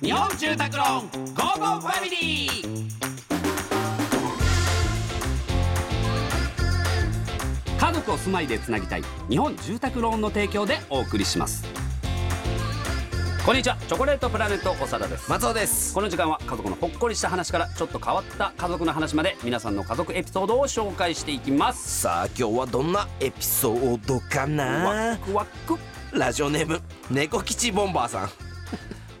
日本住宅ローンゴーゴーファミリー家族を住まいでつなぎたい日本住宅ローンの提供でお送りしますこんにちはチョコレートプラネット長田です松尾ですこの時間は家族のほっこりした話からちょっと変わった家族の話まで皆さんの家族エピソードを紹介していきますさあ今日はどんなエピソードかワッなクワックラジオネーム猫吉ボンバー さん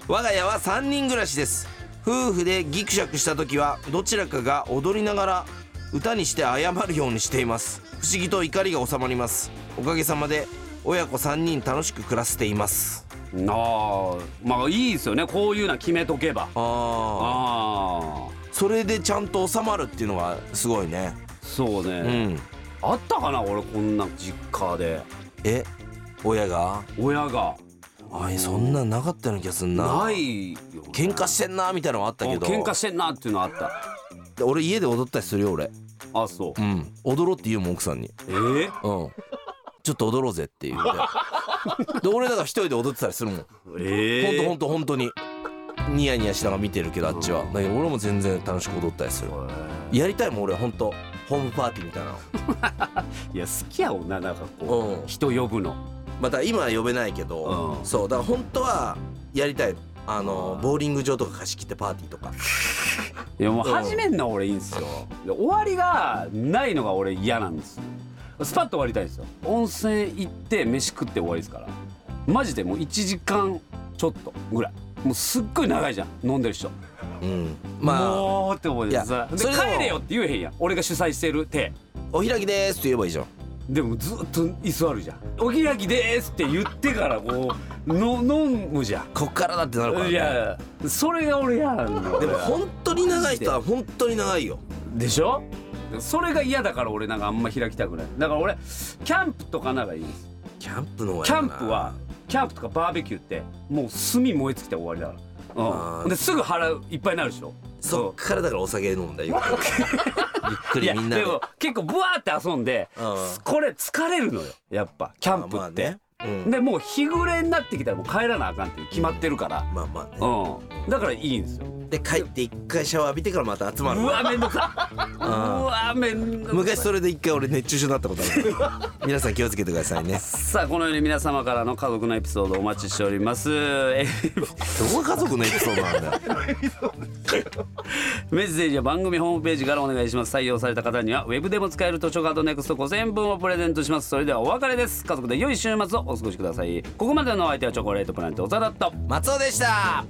我が家は3人暮らしです夫婦でギクシャクした時はどちらかが踊りながら歌にして謝るようにしています不思議と怒りが収まりますおかげさまで親子3人楽しく暮らせていますなあまあいいですよねこういうのは決めとけばああああそれでちゃんと収まるっていうのはすごいねそうね、うんあったかな俺こんな実家でえ親が親があいそんなんなかったような気がすんなないよ、ね、喧嘩してんなみたいなのはあったけどあ喧嘩してんなっていうのあったで俺家で踊ったりするよ俺あそううん踊ろうって言うもん奥さんにえー、うんちょっと踊ろうぜって言うてで俺だから一人で踊ってたりするもん、えほんとほーん、とほんとにニヤニヤしながら見てるけどあっちはうんだけど俺も全然楽しく踊ったりするえやりたいもん俺ほんとホームパーティーみたいなーいや好きや女なんかこのううん人呼ぶのまた今は呼べないけど、うんそうだから本当はやりたいあのボーリング場とか貸し切ってパーティーとかいやもううん始めんの俺いいんですよで終わりがないのが俺嫌なんですよスパッと終わりたいんですよ温泉行って飯食って終わりですからマジでもう1時間ちょっとぐらいもうすっごい長いじゃん飲んでる人うんまあもうって思うでいやさでそれでも帰れよって言えへんやん俺が主催してる手お開きですって言えばいいじゃんでもずっと居座るじゃん「おぎらきです」って言ってからこう の飲むじゃんこっからだってなるから、ね、いやそれが俺嫌なんだよでも本当に長い人は本当に長いよでしょそれが嫌だから俺なんかあんま開きたくないだから俺キャンプとかならいいですキャンプの方がいキいなャンプはキャンプとかバーベキューってもう炭燃え尽きて終わりだから、あうん、ーですぐ腹いっぱいになるでしょそっからだからお酒飲んだよゆっうくんいりゆっくりやみんなででも結構ブワーって遊んで、うんこれ疲れるのよやっぱキャンプまあっねて、うんでもう日暮れになってきたらもう帰らなあかんっていう決まってるから、まあまあねうん、だからいいんですよ。で帰って一回シャワー浴びてからまた集まるうわめんどく さ。うあーわめんどく昔それで一回俺熱中症になったことある皆さん気をつけてくださ いねさあこのように皆様からの家族のエピソードお待ちしております。えどこが家族のエピソードなんだよメッセージは番組ホームページからお願いします。採用された方にはウェブでも使える図書カードネクスト5000分をプレゼントします。それではお別れです。家族で良い週末をお過ごしください。ここまでのお相手はチョコレートプラネット長田と。松尾でした